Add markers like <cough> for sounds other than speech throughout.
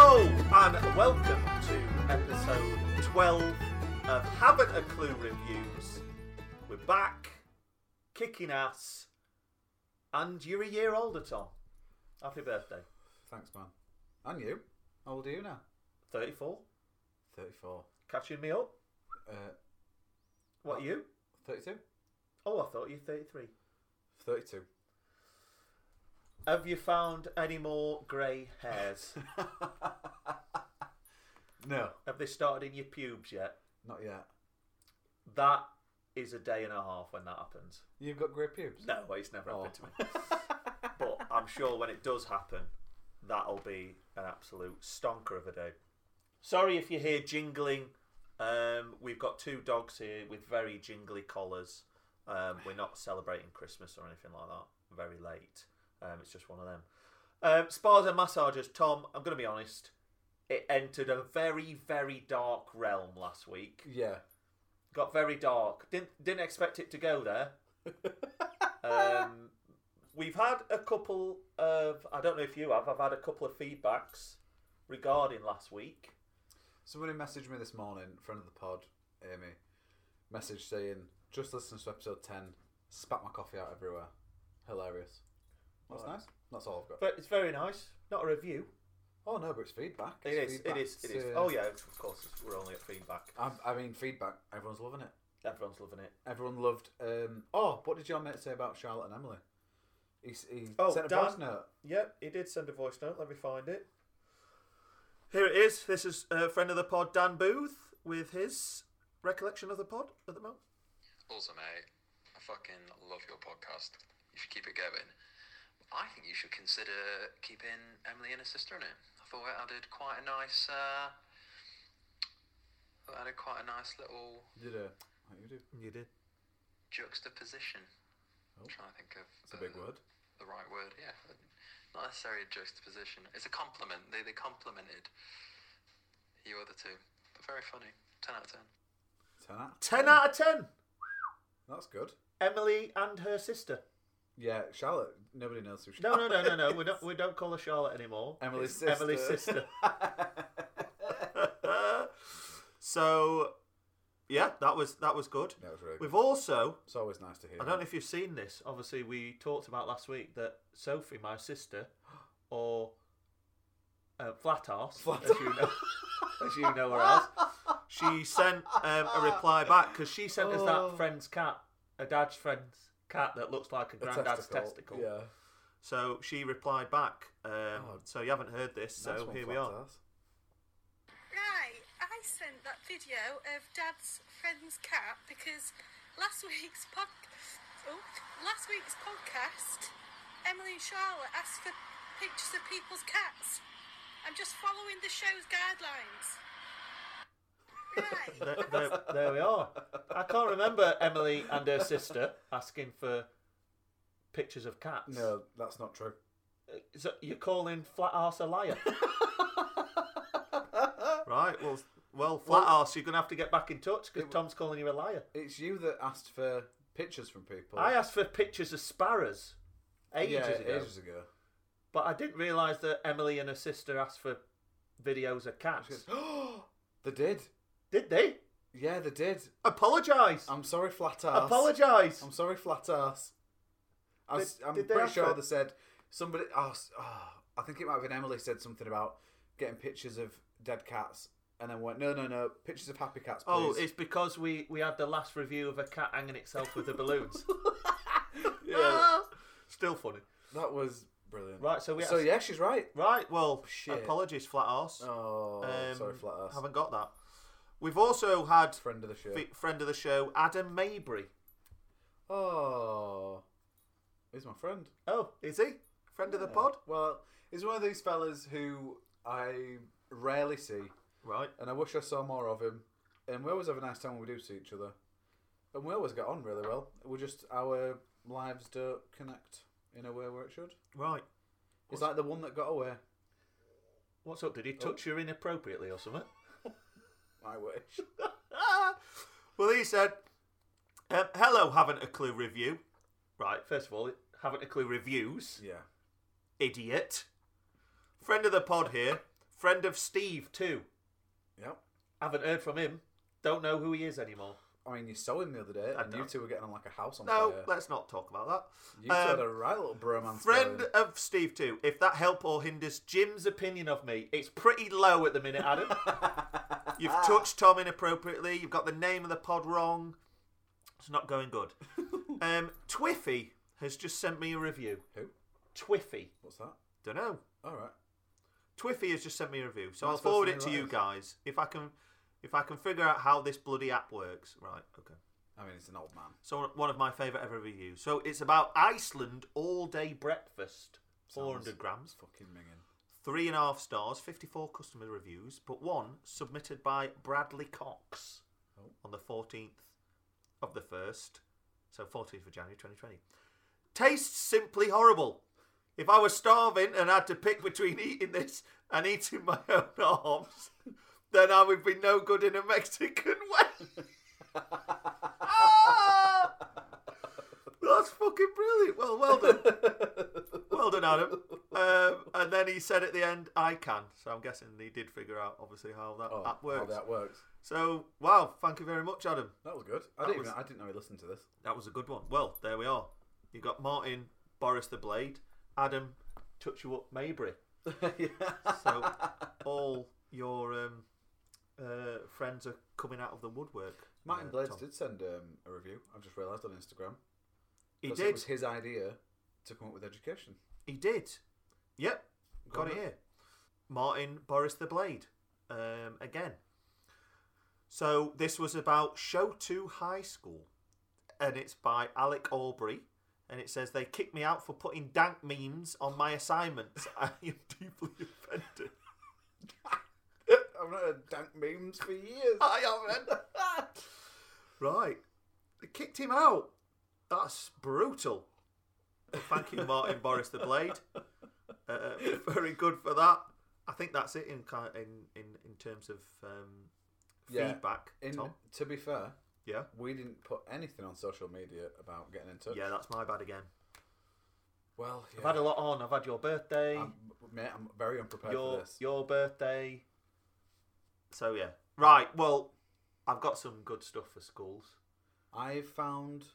and welcome to episode 12 of Haven't a Clue Reviews. We're back, kicking ass, and you're a year older, Tom. Happy birthday. Thanks, man. And you? How old are you now? 34. 34. Catching me up. Uh, What are you? 32? Oh, I thought you were 33. 32. Have you found any more grey hairs? No, Have they started in your pubes yet? not yet. That is a day and a half when that happens. You've got grey pubes? No, it's never Oh. happened to me. but I'm sure when it does happen, that'll be an absolute stonker of a day. Sorry if you hear jingling. Um, we've got two dogs here with very jingly collars. Um, we're not celebrating Christmas or anything like that. Very late. Um, it's just one of them. Um, spas and massagers. Tom, I'm going to be honest. It entered a very, very dark realm last week. Yeah. Got very dark. Didn't didn't expect it to go <laughs> there. Um, we've had a couple of. I don't know if you have. I've had a couple of feedbacks regarding last week. Somebody messaged me this morning, friend of the pod, Amy, message saying, just listened to episode 10, spat my coffee out everywhere. Hilarious. That's Right. nice. That's all I've got. But it's very nice. Not a review. Oh, no, but it's feedback. It It's is. It feedback. is. It is. It's, uh, Oh yeah. Of course, it's- we're only at feedback. I, I mean, feedback. Everyone's loving it. Everyone's loving it. Everyone loved. Um, oh, what did your mate say about Charlotte and Emily? He, s- he Oh, sent a Dan. voice note. Yep, he did send a voice note. Let me find it. Here it is. This is a friend of the pod, Dan Booth, with his recollection of the pod at the moment. Also, mate, I fucking love your podcast. You should keep it going. I think you should consider keeping Emily and her sister in it. I thought it added quite a nice, uh, it added quite a nice little You do. What you do. You did. juxtaposition. Oh. I'm trying to think of It's a big Uh, word. the right word. Yeah, not necessarily a juxtaposition. It's a compliment. They they complimented you other two. But very funny. Ten out of ten. Ten out. 10 out of 10. That's good. Emily and her sister. Yeah, Charlotte. Nobody knows who. No, no, Charlotte no, no, no. is. We don't, we don't call her Charlotte anymore. <laughs> Emily's It's sister. Emily's sister. <laughs> so, yeah, that was that was good. that was really good. We've also, It's always nice to hear. I don't know if you've seen this. Obviously, we talked about last week that Sophie, my sister, or uh, flat ass, Flat as you know, as you know her as, she sent um, a reply back because she sent us Oh. that friend's cat, a dad's friend's cat that looks like a A granddad's testicle. Yeah. So she replied back. Um, Oh. so you haven't heard this, Nice so one, here we flat are. ass. Right, I sent that video of Dad's friend's cat because last <laughs> week's pod, oh, last week's podcast, Emily and Charlotte asked for pictures of people's cats. I'm just following the show's guidelines. Right. There, there- there we are. I can't remember Emily and her sister asking for pictures of cats. No, that's not true. So you're calling flat arse a <laughs> liar? right. Well, well, flat arse, you're gonna have to get back in touch because Tom's calling you a liar. It's you that asked for pictures from people. I asked for pictures of sparrows ages yeah, ago, ages ago. but I didn't realise that Emily and her sister asked for videos of She <gasps> cats. goes, they did. Did they? Yeah, they did. Apologise. I'm sorry, flat ass. Apologise. I'm sorry, flat ass. I was, Did- I'm did they pretty have sure it? they said somebody. Oh, s- oh, I think it might have been Emily said something about getting pictures of dead cats, and then went, no, no, no, pictures of happy cats. Please. Oh, <laughs> it's because we, we had the last review of a cat hanging itself with the <laughs> balloons. <laughs> yeah. Still funny. that was brilliant. Right, so we So asked- yeah, she's right. Right, well, Shit. apologies, flat arse. Oh, Um, sorry, flat ass. Haven't got that. We've also had Friend of the show. f- friend of the show, Adam Mabry. Oh, he's my friend. Oh, is he? Friend of the Yeah. pod? Well, he's one of these fellas who I rarely see. Right. and I wish I saw more of him. And we always have a nice time when we do see each other, and we always get on really well. We just our lives don't connect in a way where it should. Right. It's like the one that got away. What's up? Did he touch you inappropriately or something? I wish. <laughs> well, he said, um, hello, haven't a clue review. Right, first of all, haven't a clue reviews. yeah. idiot. Friend of the pod here. Friend of Steve too. Yep. Haven't heard from him. Don't know who he is anymore. I mean, you saw him the other day, I and you don't. two were getting on like a house on No, fire. let's not talk about that. You two Um, had a right little bromance. Friend going. of Steve too. If that help or hinders Jim's opinion of me, it's pretty low at the minute, Adam. <laughs> <laughs> You've touched Tom inappropriately. You've got the name of the pod wrong. It's not going <laughs> good. um, Twiffy has just sent me a review. Who? Twiffy. What's that? Don't know. All right. Twiffy has just sent me a review, so That's I'll forward it first to thing you that guys if I can, if I can figure out how this bloody app works. Right. Okay. I mean, he's an old man. So one of my favourite ever reviews. So it's about Iceland all day breakfast. Four Sounds hundred grams. Fucking minging. Three and a half stars, 54 customer reviews, but one submitted by Bradley Cox Oh. on the 14th of the 1st, so 14th of January 2020. Tastes simply horrible. If I was starving and had to pick between eating this and eating my own <laughs> arms, then I would be no good in a Mexican <laughs> way. Ah! That's fucking brilliant. Well, well done. Well done, Adam. Um, and then he said at the end, "I can." So I'm guessing he did figure out, obviously, how that Oh, app How works. that works. So wow, thank you very much, Adam. That was good. I That didn't. was- Even, I didn't know he listened to this. <laughs> That was a good one. Well, there we are. You got Martin, Boris the Blade, Adam, touch you up Mabry. So <laughs> all your um, uh, friends are coming out of the woodwork. Martin uh, Blades Tom. did send um, a review. I've just realised on Instagram. He 'Cause did. It was his idea to come up with education. He did. Yep. Got Got it it. here. Martin Boris the Blade. Um, again. So this was about Show 2 High School. And it's by Alec Aubrey. And it says, They kicked me out for putting dank memes on my assignments. <laughs> I am deeply <laughs> offended. I've not heard dank memes for years. I am. <laughs> right. They kicked him out. That's brutal. Well, thank you, Martin Boris the Blade. Uh, <laughs> very good for that. I think that's it in kind in, in, in terms of um, Yeah. feedback. <laughs> In, Tom, to be fair, yeah, we didn't put anything on social media about getting in touch. yeah, that's my bad again. Well, yeah. I've had a lot on. I've had your birthday, I'm, mate, I'm very unprepared for your this. your birthday. So yeah, right. Well, I've got some good stuff for schools. I found.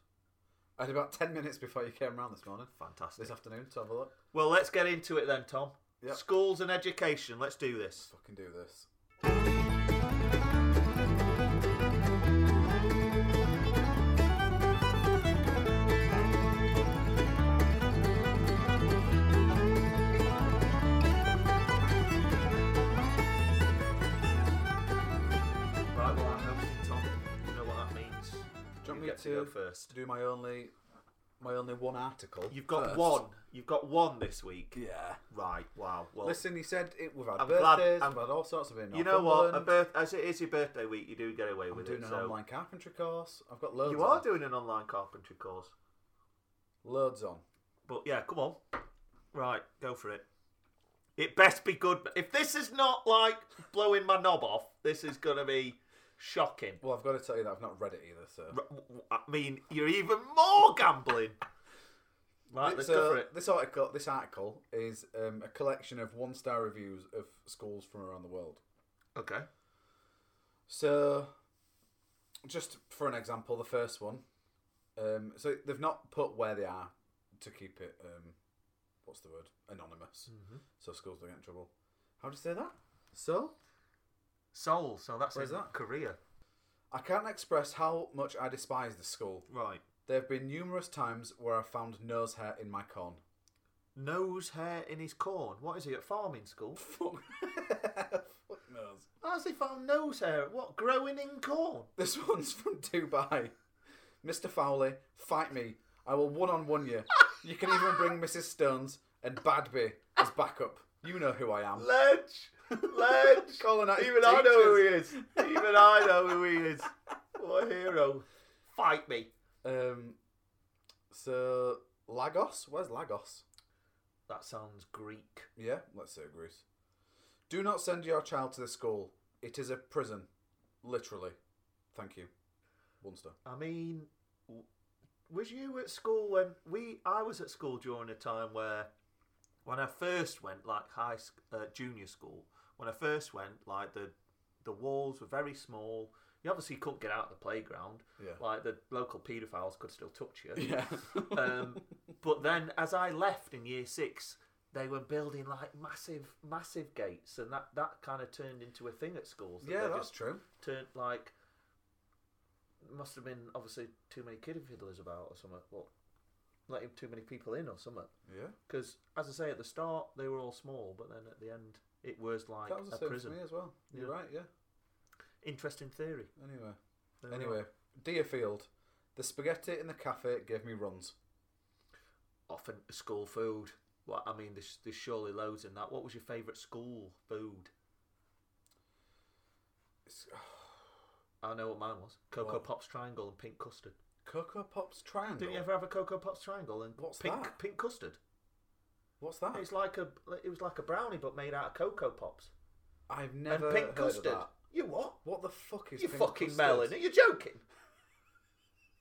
I had about 10 minutes before you came around this morning, Fantastic. this afternoon, to have a look. Well, let's get into it then, Tom. Yep. Schools and education. Let's do this. Fucking do this. Right, well, I'm hosting, Tom. You know what that means. Do you want You me get to to, go first. do my only my only one article? You've got first? one. You've got one this week. Yeah. Right. Wow. Well, Listen, he said it, we've had Oh. I'm glad- birthdays, I'm- we've had all sorts of you know what? A Northumberland, birth as it is your birthday week, you do get away I'm with doing it. an so online carpentry course. I've got loads you on. are doing an online carpentry course. Loads on. But yeah, come on. Right, go for it. It best be good. If this is not like blowing my knob off, this is gonna be shocking. Well, I've got to tell you that I've not read it either, so. R- w- I mean, you're even more gambling. uh, Right, let's So, go for it. This article, this article is um, a collection of one-star reviews of schools from around the world. Okay. So, just for an example, the first one. Um, so they've not put where they are to keep it. Um, what's the word? Anonymous. Mm-hmm. So schools don't get in trouble. How do you say that? So Seoul, so that's Where's in that? Korea. I can't express how much I despise the school. Right. There have been numerous times where I found nose hair in my corn. <laughs> Nose hair in his corn. What is he at farming school? Fuck. Fuck nose. How's he found nose hair? What growing in corn? This one's from Dubai. Mr. Fowley, fight me. I will one on one you. You can even bring Mrs. Stones and Badby as backup. You know who I am. Ledge, <laughs> Ledge. Calling out Even his I know who he teachers. is. Even I know who he is. What a hero! Fight me. Um, so, Lagos? Where's Lagos? That sounds Greek. Yeah, let's say Greece. Do not send your child to the school. It is a prison. Literally. Thank you. One star. I mean, w- was you at school when we? I was at school during a time where, when I first went like high sc- uh, junior school, when I first went, like the the walls were very small. You obviously couldn't get out of the playground. Yeah. Like the local paedophiles could still touch you. Yeah. <laughs> Um, but then, as I left in year six, they were building like massive, massive gates, and that, that kind of turned into a thing at schools. that <laughs> yeah, they that's just true. Turned like must have been obviously too many kid fiddlers about or something, but letting too many people in or something. Yeah. Because as I say, at the start they were all small, but then at the end it was like that was the a same prison. for me as well. You're Yeah. right, yeah. Interesting theory. Anyway. There we Anyway, Deerfield. The spaghetti in the cafe gave me runs. are. often school food. Well, I mean, there's, there's surely loads in that. What was your favourite school food? It's I know what mine was. Cocoa What? Pops triangle and pink custard. Cocoa Pops triangle. Didn't you ever have a Cocoa Pops triangle and What's pink that? Ah. pink custard? What's that? It's like a it was like a brownie but made out of Cocoa Pops I've never and heard pink of custard. that. You what? What the fuck is you pink fucking custard? melon? Are you joking?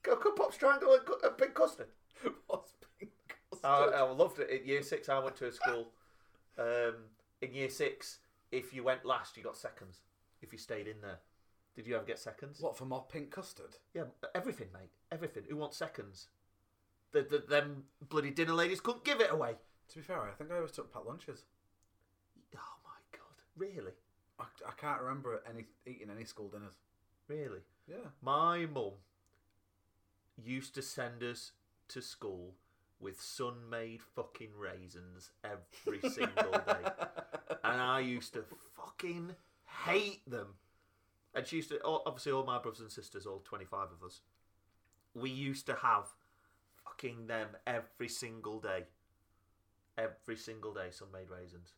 Cocoa Pops triangle and, cu- and pink custard. <laughs> What's pink I, custard? I loved it. In year six, I went to a school. Um, in year six, if you went last, you got seconds. If you stayed in there, did you ever get seconds? What for more pink custard? Yeah, everything, mate. Everything. Who wants seconds? The, the them bloody dinner ladies couldn't give it away. To be fair, I think I always took packed lunches. Oh my god! Really, I, I can't remember any eating any school dinners. really. Yeah. My mum used to send us to school with sun-made fucking raisins <laughs> every single day, Uh, and I used to fucking hate them. And she used to, all- obviously, all my brothers and sisters, all twenty-five of us, we used to have fucking them every single day, every single day, sun-made raisins.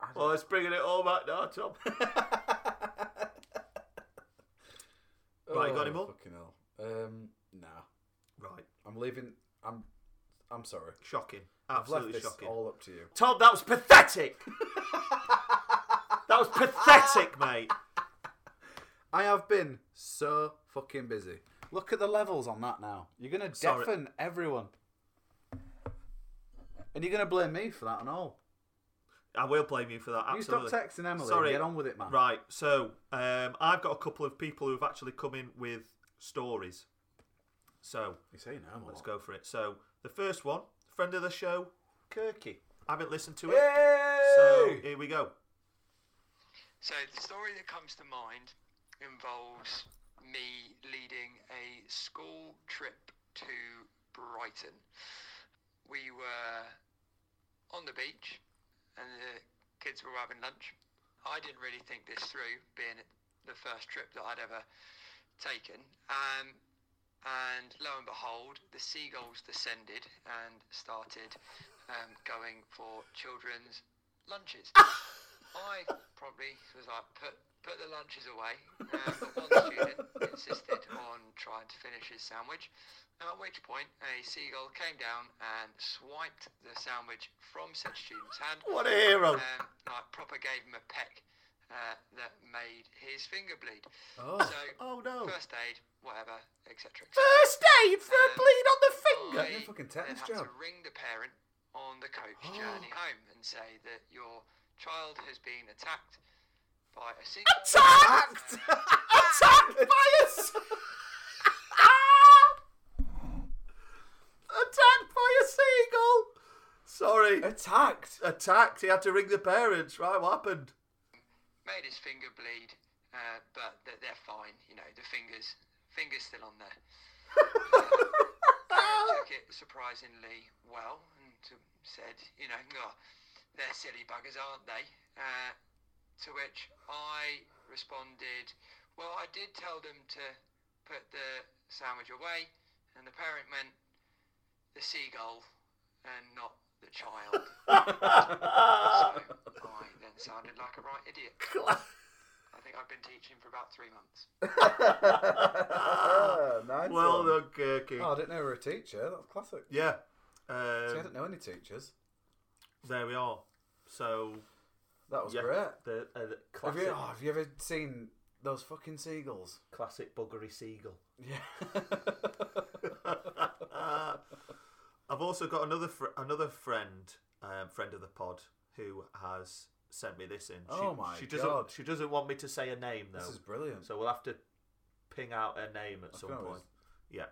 I Well, don't- it's bringing it all back now, Tom. <laughs> Right, you got any more? Oh, Fucking hell. Um, nah. right, I'm leaving. I'm. I'm sorry. shocking, I've absolutely left this shocking. all up to you. Tom, that was <laughs> pathetic. that was pathetic, mate. I have been so fucking busy. Look at the levels on that now. You're gonna Sorry. deafen everyone, and you're gonna blame me for that and all. I will blame you for that. You Absolutely. stop texting Emily. and Sorry. Get on with it, man. Right. So um, I've got a couple of people who've actually come in with stories. So You say no more. let's go for it. So the first one, friend of the show, Kirky. I haven't listened to it. Yay! So here we go. So the story that comes to mind involves me leading a school trip to Brighton. We were on the beach and the kids were having lunch. I didn't really think this through, being the first trip that I'd ever taken. Um, and lo and behold, the seagulls descended and started um, going for children's lunches. I probably was like, put put the lunches <laughs> away. Um, but one student insisted on trying to finish his sandwich. At which point, a seagull came down and swiped the sandwich from said student's hand. What a <laughs> hero. Um, like proper gave him a peck uh, that made his finger bleed. Oh. So Oh no. first aid, whatever, etc. etc. First aid for a bleed on the I finger. no Oh, fucking then tetanus had jab. to ring the parent on the <gasps> coach journey home and say that your child has been attacked by a seagull. Attacked! Attacked by a <laughs> <laughs> s- Attacked by a seagull. Sorry. Attacked. Attacked. He had to ring the parents. Right, what happened? Made his finger bleed, uh, but that they're fine. You know, the fingers, fingers still on there. Parent took it surprisingly well and t- said, you know, "Oh, they're silly buggers, aren't they? Uh, to which I responded, well, I did tell them to put the sandwich away, and the parent meant the seagull and not the child. Ah! <laughs> so I then sounded like a right idiot. I think I've been teaching for about three months. Ah, nice well one. done, Kirky. Oh, I didn't know we were a teacher. That was classic. yeah. See, I Um, didn't know any teachers. there we are. So That was yeah, great. The, uh, the Have classic, you, oh, have you ever seen those fucking seagulls? classic buggery seagull. <laughs> Yeah. I've also got another fr- another friend, um, friend of the pod, who has sent me this in. She, Oh my she doesn't, God. She doesn't want me to say a name though. This is brilliant. Oh, So we'll have to ping out her name at I some can point. always- Yeah.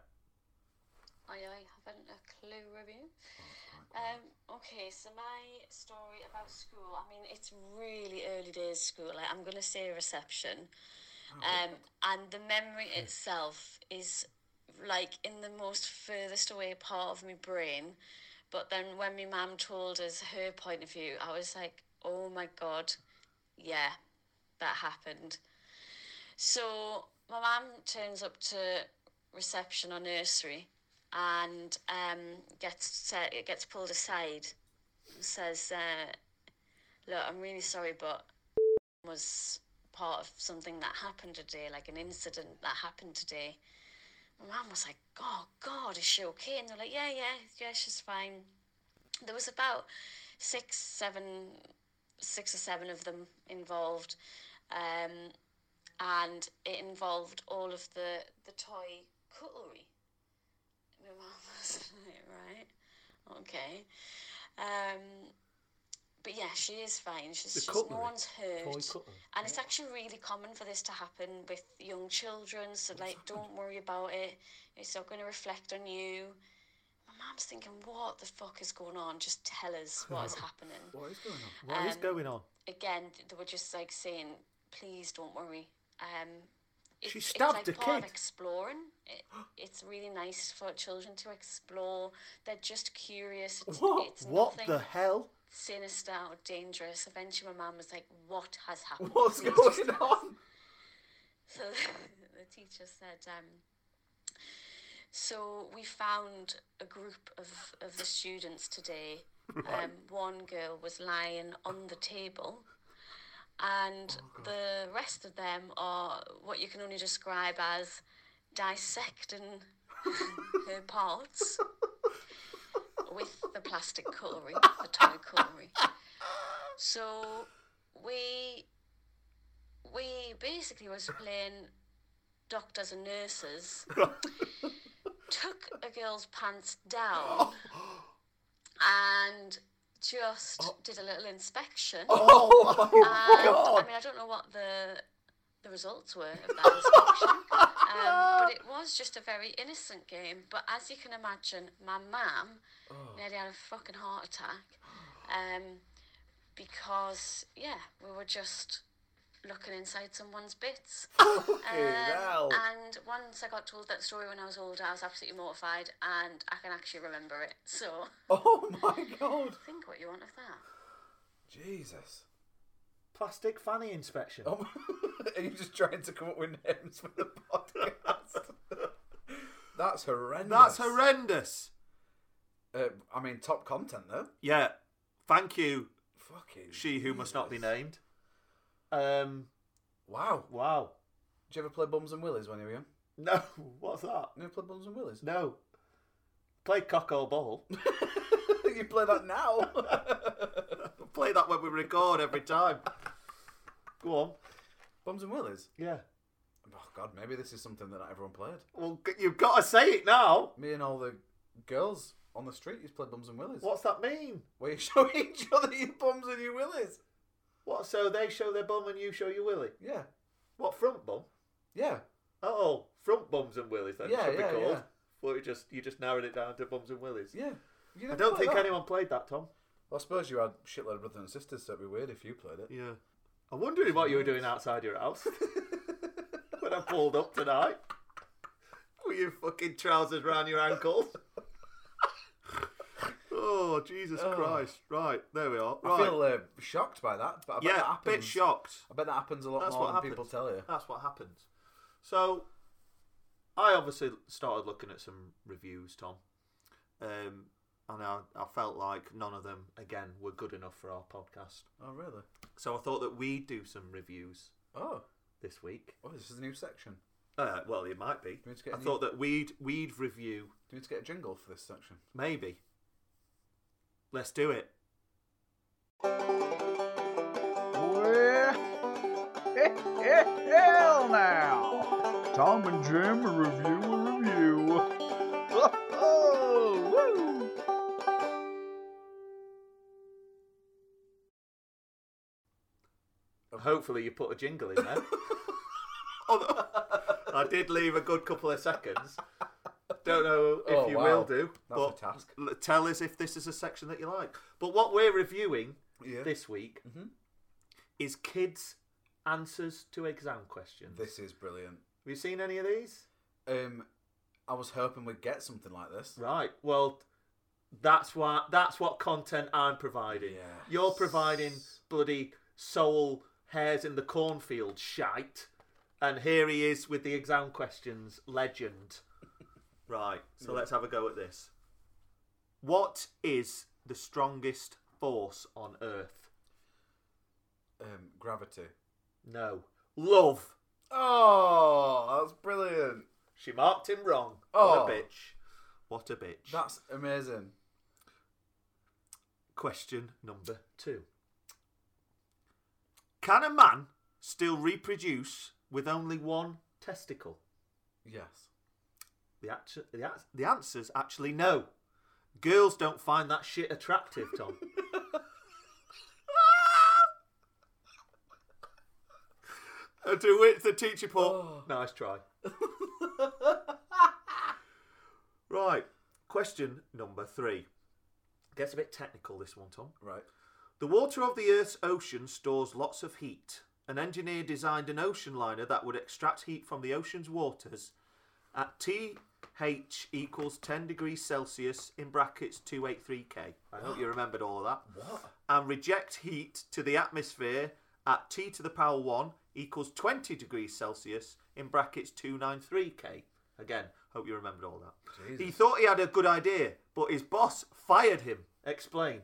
I, I haven't a clue, Ruby. Oh, Um, okay, so my story about school. I mean, it's really early days school. Like, I'm going to say reception. Oh, Um, and the memory itself is like in the most furthest away part of my brain. But then when my mum told us her point of view, I was like, oh my God, yeah, that happened. So my mum turns up to reception or nursery and um, gets set, it gets pulled aside and says, uh, look, I'm really sorry, but was part of something that happened today, like an incident that happened today. My mum was like, oh, God, is she okay? And they're like, yeah, yeah, yeah, she's fine. There was about six, seven, six or seven of them involved. Um, and it involved all of the, the toy cutlery. My mum <laughs> was like, right, okay. Um, but yeah, she is fine. She's, The she's no cutlery? one's hurt. Toy cutlery? And it's actually really common for this to happen with young children. So like, don't worry about it. It's not going to reflect on you. My mum's thinking, what the fuck is going on? Just tell <laughs> us what is happening. What is going on? What is Um, going on? Again, th- they were just like saying, please don't worry. Um, it's, She stabbed it's like a part kid. of exploring. <gasps> It, it's really nice for children to explore. They're just curious. It's, What? It's What nothing the hell? sinister or dangerous. Eventually, my mum was like, what has happened? <laughs> What's Please just going tell us." on? So <laughs> the teacher said, um, so we found a group of, of the students today. Um, one girl was lying on the table, and the rest of them are what you can only describe as dissecting her parts with the plastic cutlery, the toy cutlery. So we we basically was playing doctors and nurses. took a girl's pants down and just did a little inspection. Oh, my and, God. I mean, I don't know what the the results were of that <laughs> inspection, um, but it was just a very innocent game. But as you can imagine, my mum Oh. nearly had a fucking heart attack um, because yeah, we were just looking inside <laughs> someone's bits. Um, hell. And once I got told that story when I was older, I was absolutely mortified, and I can actually remember it. So Oh my god. think what you want of that. Jesus. Plastic fanny inspection. Oh my- Are you just trying to come up with names for the podcast? That's horrendous. That's horrendous. Uh, I mean, top content though. Yeah. Thank you, Fucking. she who must not be Jesus. named. Um. Wow. Wow. <laughs> Did you ever play Bums and Willies when you were young? No. What's that? You never played Bums and Willies? <laughs> No. Play cock or ball. you play that now. <laughs> <laughs> Play that when we record every time. <laughs> Go on. Bums and Willies. Yeah. Oh god, maybe this is something that not everyone played. Well, g- you've got to say it now. Me and all the girls on the street used to play Bums and Willies. What's that mean? Where you <laughs> show each other your bums and your willies. What? So they show their bum and you show your willy. Yeah. What front bum? Yeah. Oh, front bums and willies. Then it Yeah, should yeah, be called. yeah. Well, you just you just narrowed it down to bums and willies. Yeah. I You never don't played think that. anyone played that, Tom. Well, I suppose you had a shitload of brothers and sisters, so it'd be weird if you <laughs> played it. Yeah. I'm wondering what you were doing outside your house <laughs> when I pulled up tonight. With your fucking trousers round your <laughs> ankles. oh, Jesus Oh. Christ. Right, there we are. I Right. feel uh, shocked by that, but I bet yeah, that a happens. bit shocked. I bet that happens a lot That's more what than happens. people tell you. That's what happens. So, I obviously started looking at some reviews, Tom, um, and I, I felt like none of them, again, were good enough for our podcast. Oh, really? So I thought that we'd do some reviews Oh, this week. oh, this is a new section. Uh, well, it might be. we need to get I any- thought that we'd we'd review Do we need to get a jingle for this section? maybe. Let's do it. Well, <laughs> hell now! Tom and Jim review a review. <laughs> Oh, woo! Hopefully, you put a jingle in there. <laughs> Oh, I did leave a good couple of seconds. Don't know if Oh, you wow. will do. That's a but task. l- Tell us if this is a section that you like. But what we're reviewing <laughs> Yeah. Mm-hmm. this week is kids' answers to exam questions. This is brilliant. Have you seen any of these? Um, I was hoping we'd get something like this. Right. Well, that's why that's what content I'm providing. Yes. You're providing bloody soul hairs in the cornfield shite, and here he is with the exam questions legend. <laughs> right. So let's have a go at this. What is the strongest force on Earth? Um, gravity. No, love. Oh, that's brilliant. She marked him wrong. Oh. What a bitch. What a bitch. That's amazing. Question number two. Can a man still reproduce with only one testicle? Yes. The, actu- the, ans- the answer's actually no. Girls don't find that shit attractive, Tom. Uh, to which the teacher put, nice try. right, question number three. Gets a bit technical, this one, Tom. Right. The water of the Earth's ocean stores lots of heat. An engineer designed an ocean liner that would extract heat from the ocean's waters at TH equals 10 degrees Celsius in brackets 283K. I hope you remembered all of that. What? And reject heat to the atmosphere at T to the power 1 equals 20 degrees Celsius in brackets 293K. Again, hope you remembered all that. He Jesus. thought he had a good idea, but his boss fired him. Explain.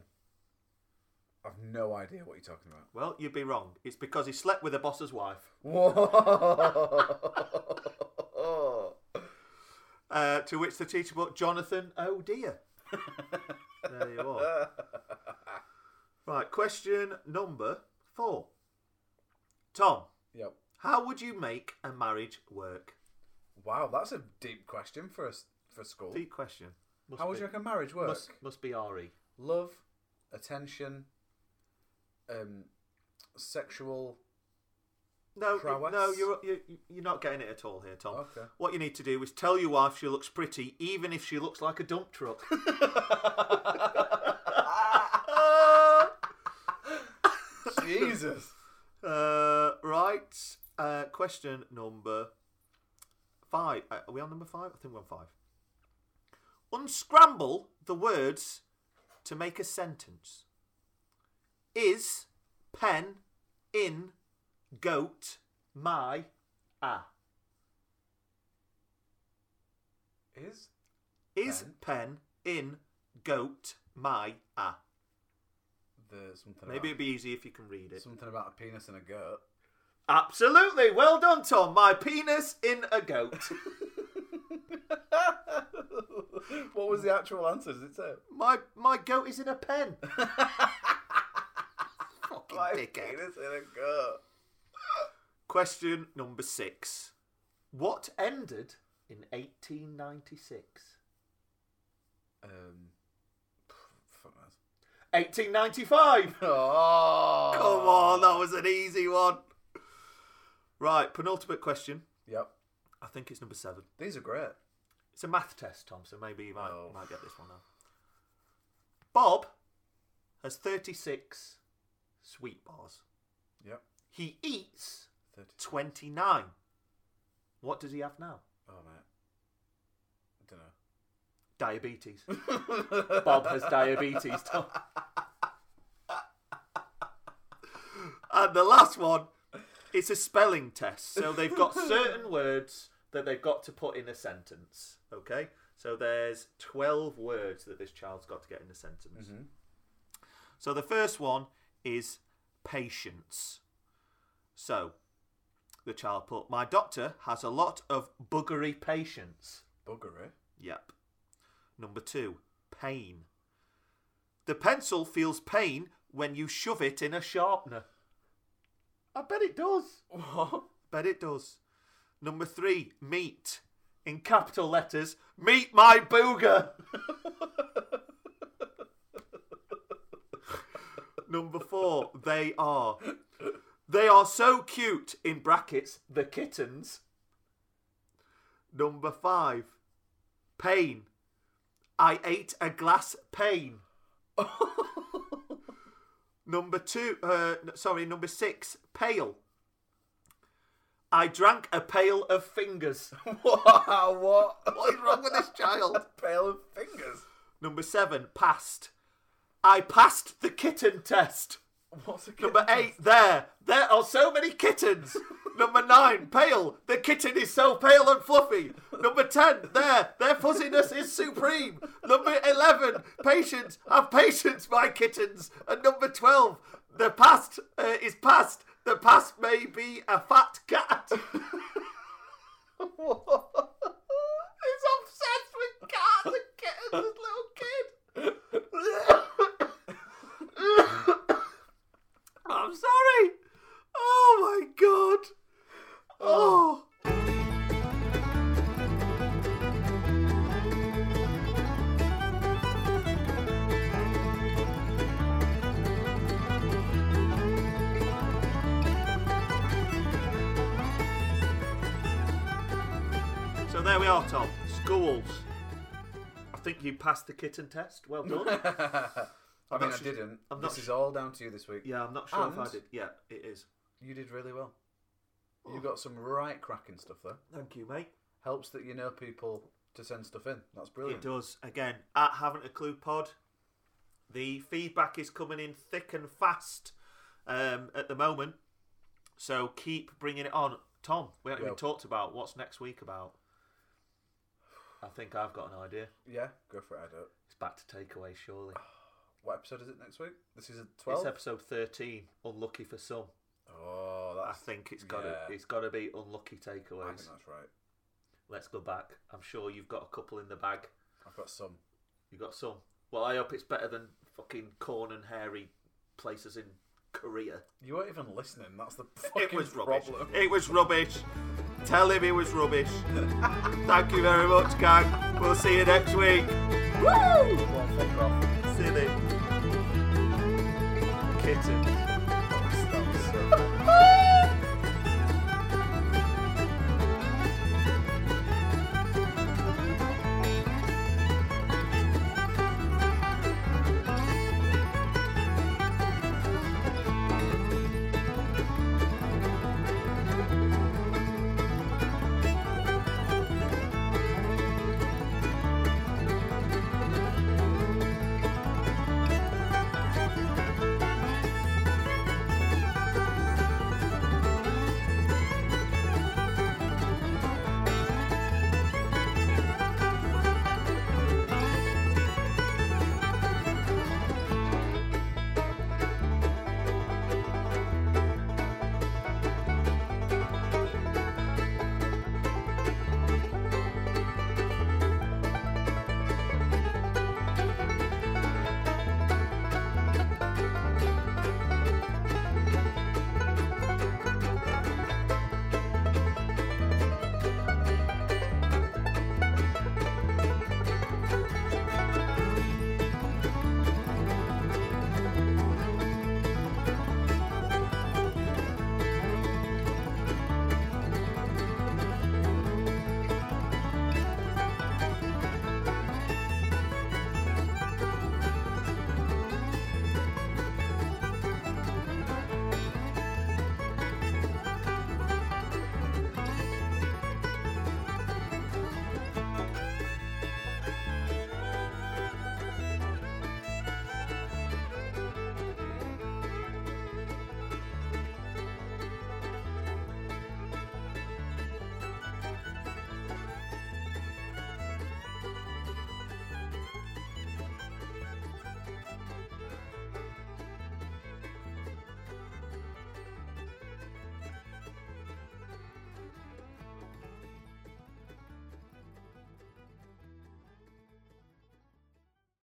I've no idea what you're talking about. Well, you'd be wrong. It's because he slept with the boss's wife. Whoa. Uh, to which the teacher put, Jonathan, oh dear. <laughs> there you are. Right, question number four. Tom, yep. how would you make a marriage work? Wow, that's a deep question for us for school. Deep question. Must How would be- you reckon marriage work? Must, must be E. RE. Love, attention, um, <laughs> sexual. No, Prowess? no, you're, you're you're not getting it at all here, Tom. Okay. What you need to do is tell your wife she looks pretty, even if she looks like a dump truck. <laughs> Jesus. Uh, right. Uh, question number five. Uh, Are we on number five? I think we're on five. Unscramble the words to make a sentence. Is pen in goat my ah? Is Is pen Pen? in goat my ah? there something? Maybe it'd about, be easy if you can read it. something about a penis and a goat. <laughs> Absolutely. Well done, Tom. My penis in a goat. what was the actual answer? Does it say? My my goat is in a pen. <laughs> Fucking My dickhead. penis and a goat. Question number six. What ended in 1896? Um, pff, fuck knows. 1895. Oh, Come on, that was an easy one. Right, penultimate question. Yep, I think it's number seven. these are great. It's a math test, Tom, so maybe you might, Oh. might get this one now. Bob has 36 sweet bars. Yep, He eats thirty. 29. What does he have now? Oh mate, Diabetes. I don't know. Bob has diabetes, Tom. and the last one, it's a spelling test. So they've got certain words that they've got to put in a sentence. Okay? So there's 12 words that this child's got to get in a sentence. So the first one is patience. So the child put, My doctor has a lot of buggery patience. Buggery. <laughs> Yep. Number two, pain. The pencil feels pain when you shove it in a sharpener. I bet it does. What? Bet it does. Number three, meat. In capital letters, meet my booger. Number four, they are. They are so cute, in brackets, the kittens. Number five, pain. I ate a glass pain. number two, uh, n- sorry, number six, pale. I drank a pail of fingers. <laughs> Wow, what? what is wrong with this child? <laughs> Pale of fingers. Number seven, passed. I passed the kitten test. What's a kid? Number <laughs> eight, there. There are so many kittens. Number nine, pale. The kitten is so pale and fluffy. Number ten, there. Their fuzziness is supreme. Number eleven, patience. Have patience, my kittens. And number twelve, the past uh, is past. The past may be a fat cat. <laughs> He's obsessed <laughs> with cats and kittens, this little kid. I'm sorry. Oh my god. Oh. So there we are, Tom. Schools. I think you passed the kitten test. Well done. <laughs> <laughs> I mean, not I sure- didn't. I'm not this is sure- all down to you this week. yeah, I'm not sure if I And- did. Yeah, it is. You did really well. Oh. You got some right cracking stuff there. Thank you, mate. Helps that you know people to send stuff in. That's brilliant. It does. Again, at Haven't a Clue Pod, the feedback is coming in thick and fast um, at the moment. So keep bringing it on. Tom, we haven't even Well. talked about what's next week about. I think I've got an idea. Yeah, go for it. I don't. It's back to takeaway, surely. What episode is it next week? This is a twelve. It's episode 13, Unlucky for Some. Oh, I that's. think it's got to yeah. it's got to be unlucky I think takeaways. that's right. Let's go back. I'm sure you've got a couple in the bag. I've got some. You got some. Well, I hope it's better than fucking corn and hairy places in Korea. <laughs> You weren't even listening. That's the fucking it was rubbish. problem. It was rubbish. Tell him it was rubbish. <laughs> Thank you very much, gang. We'll see you next week. Woo! Well, fuck off. Silly. Kittens.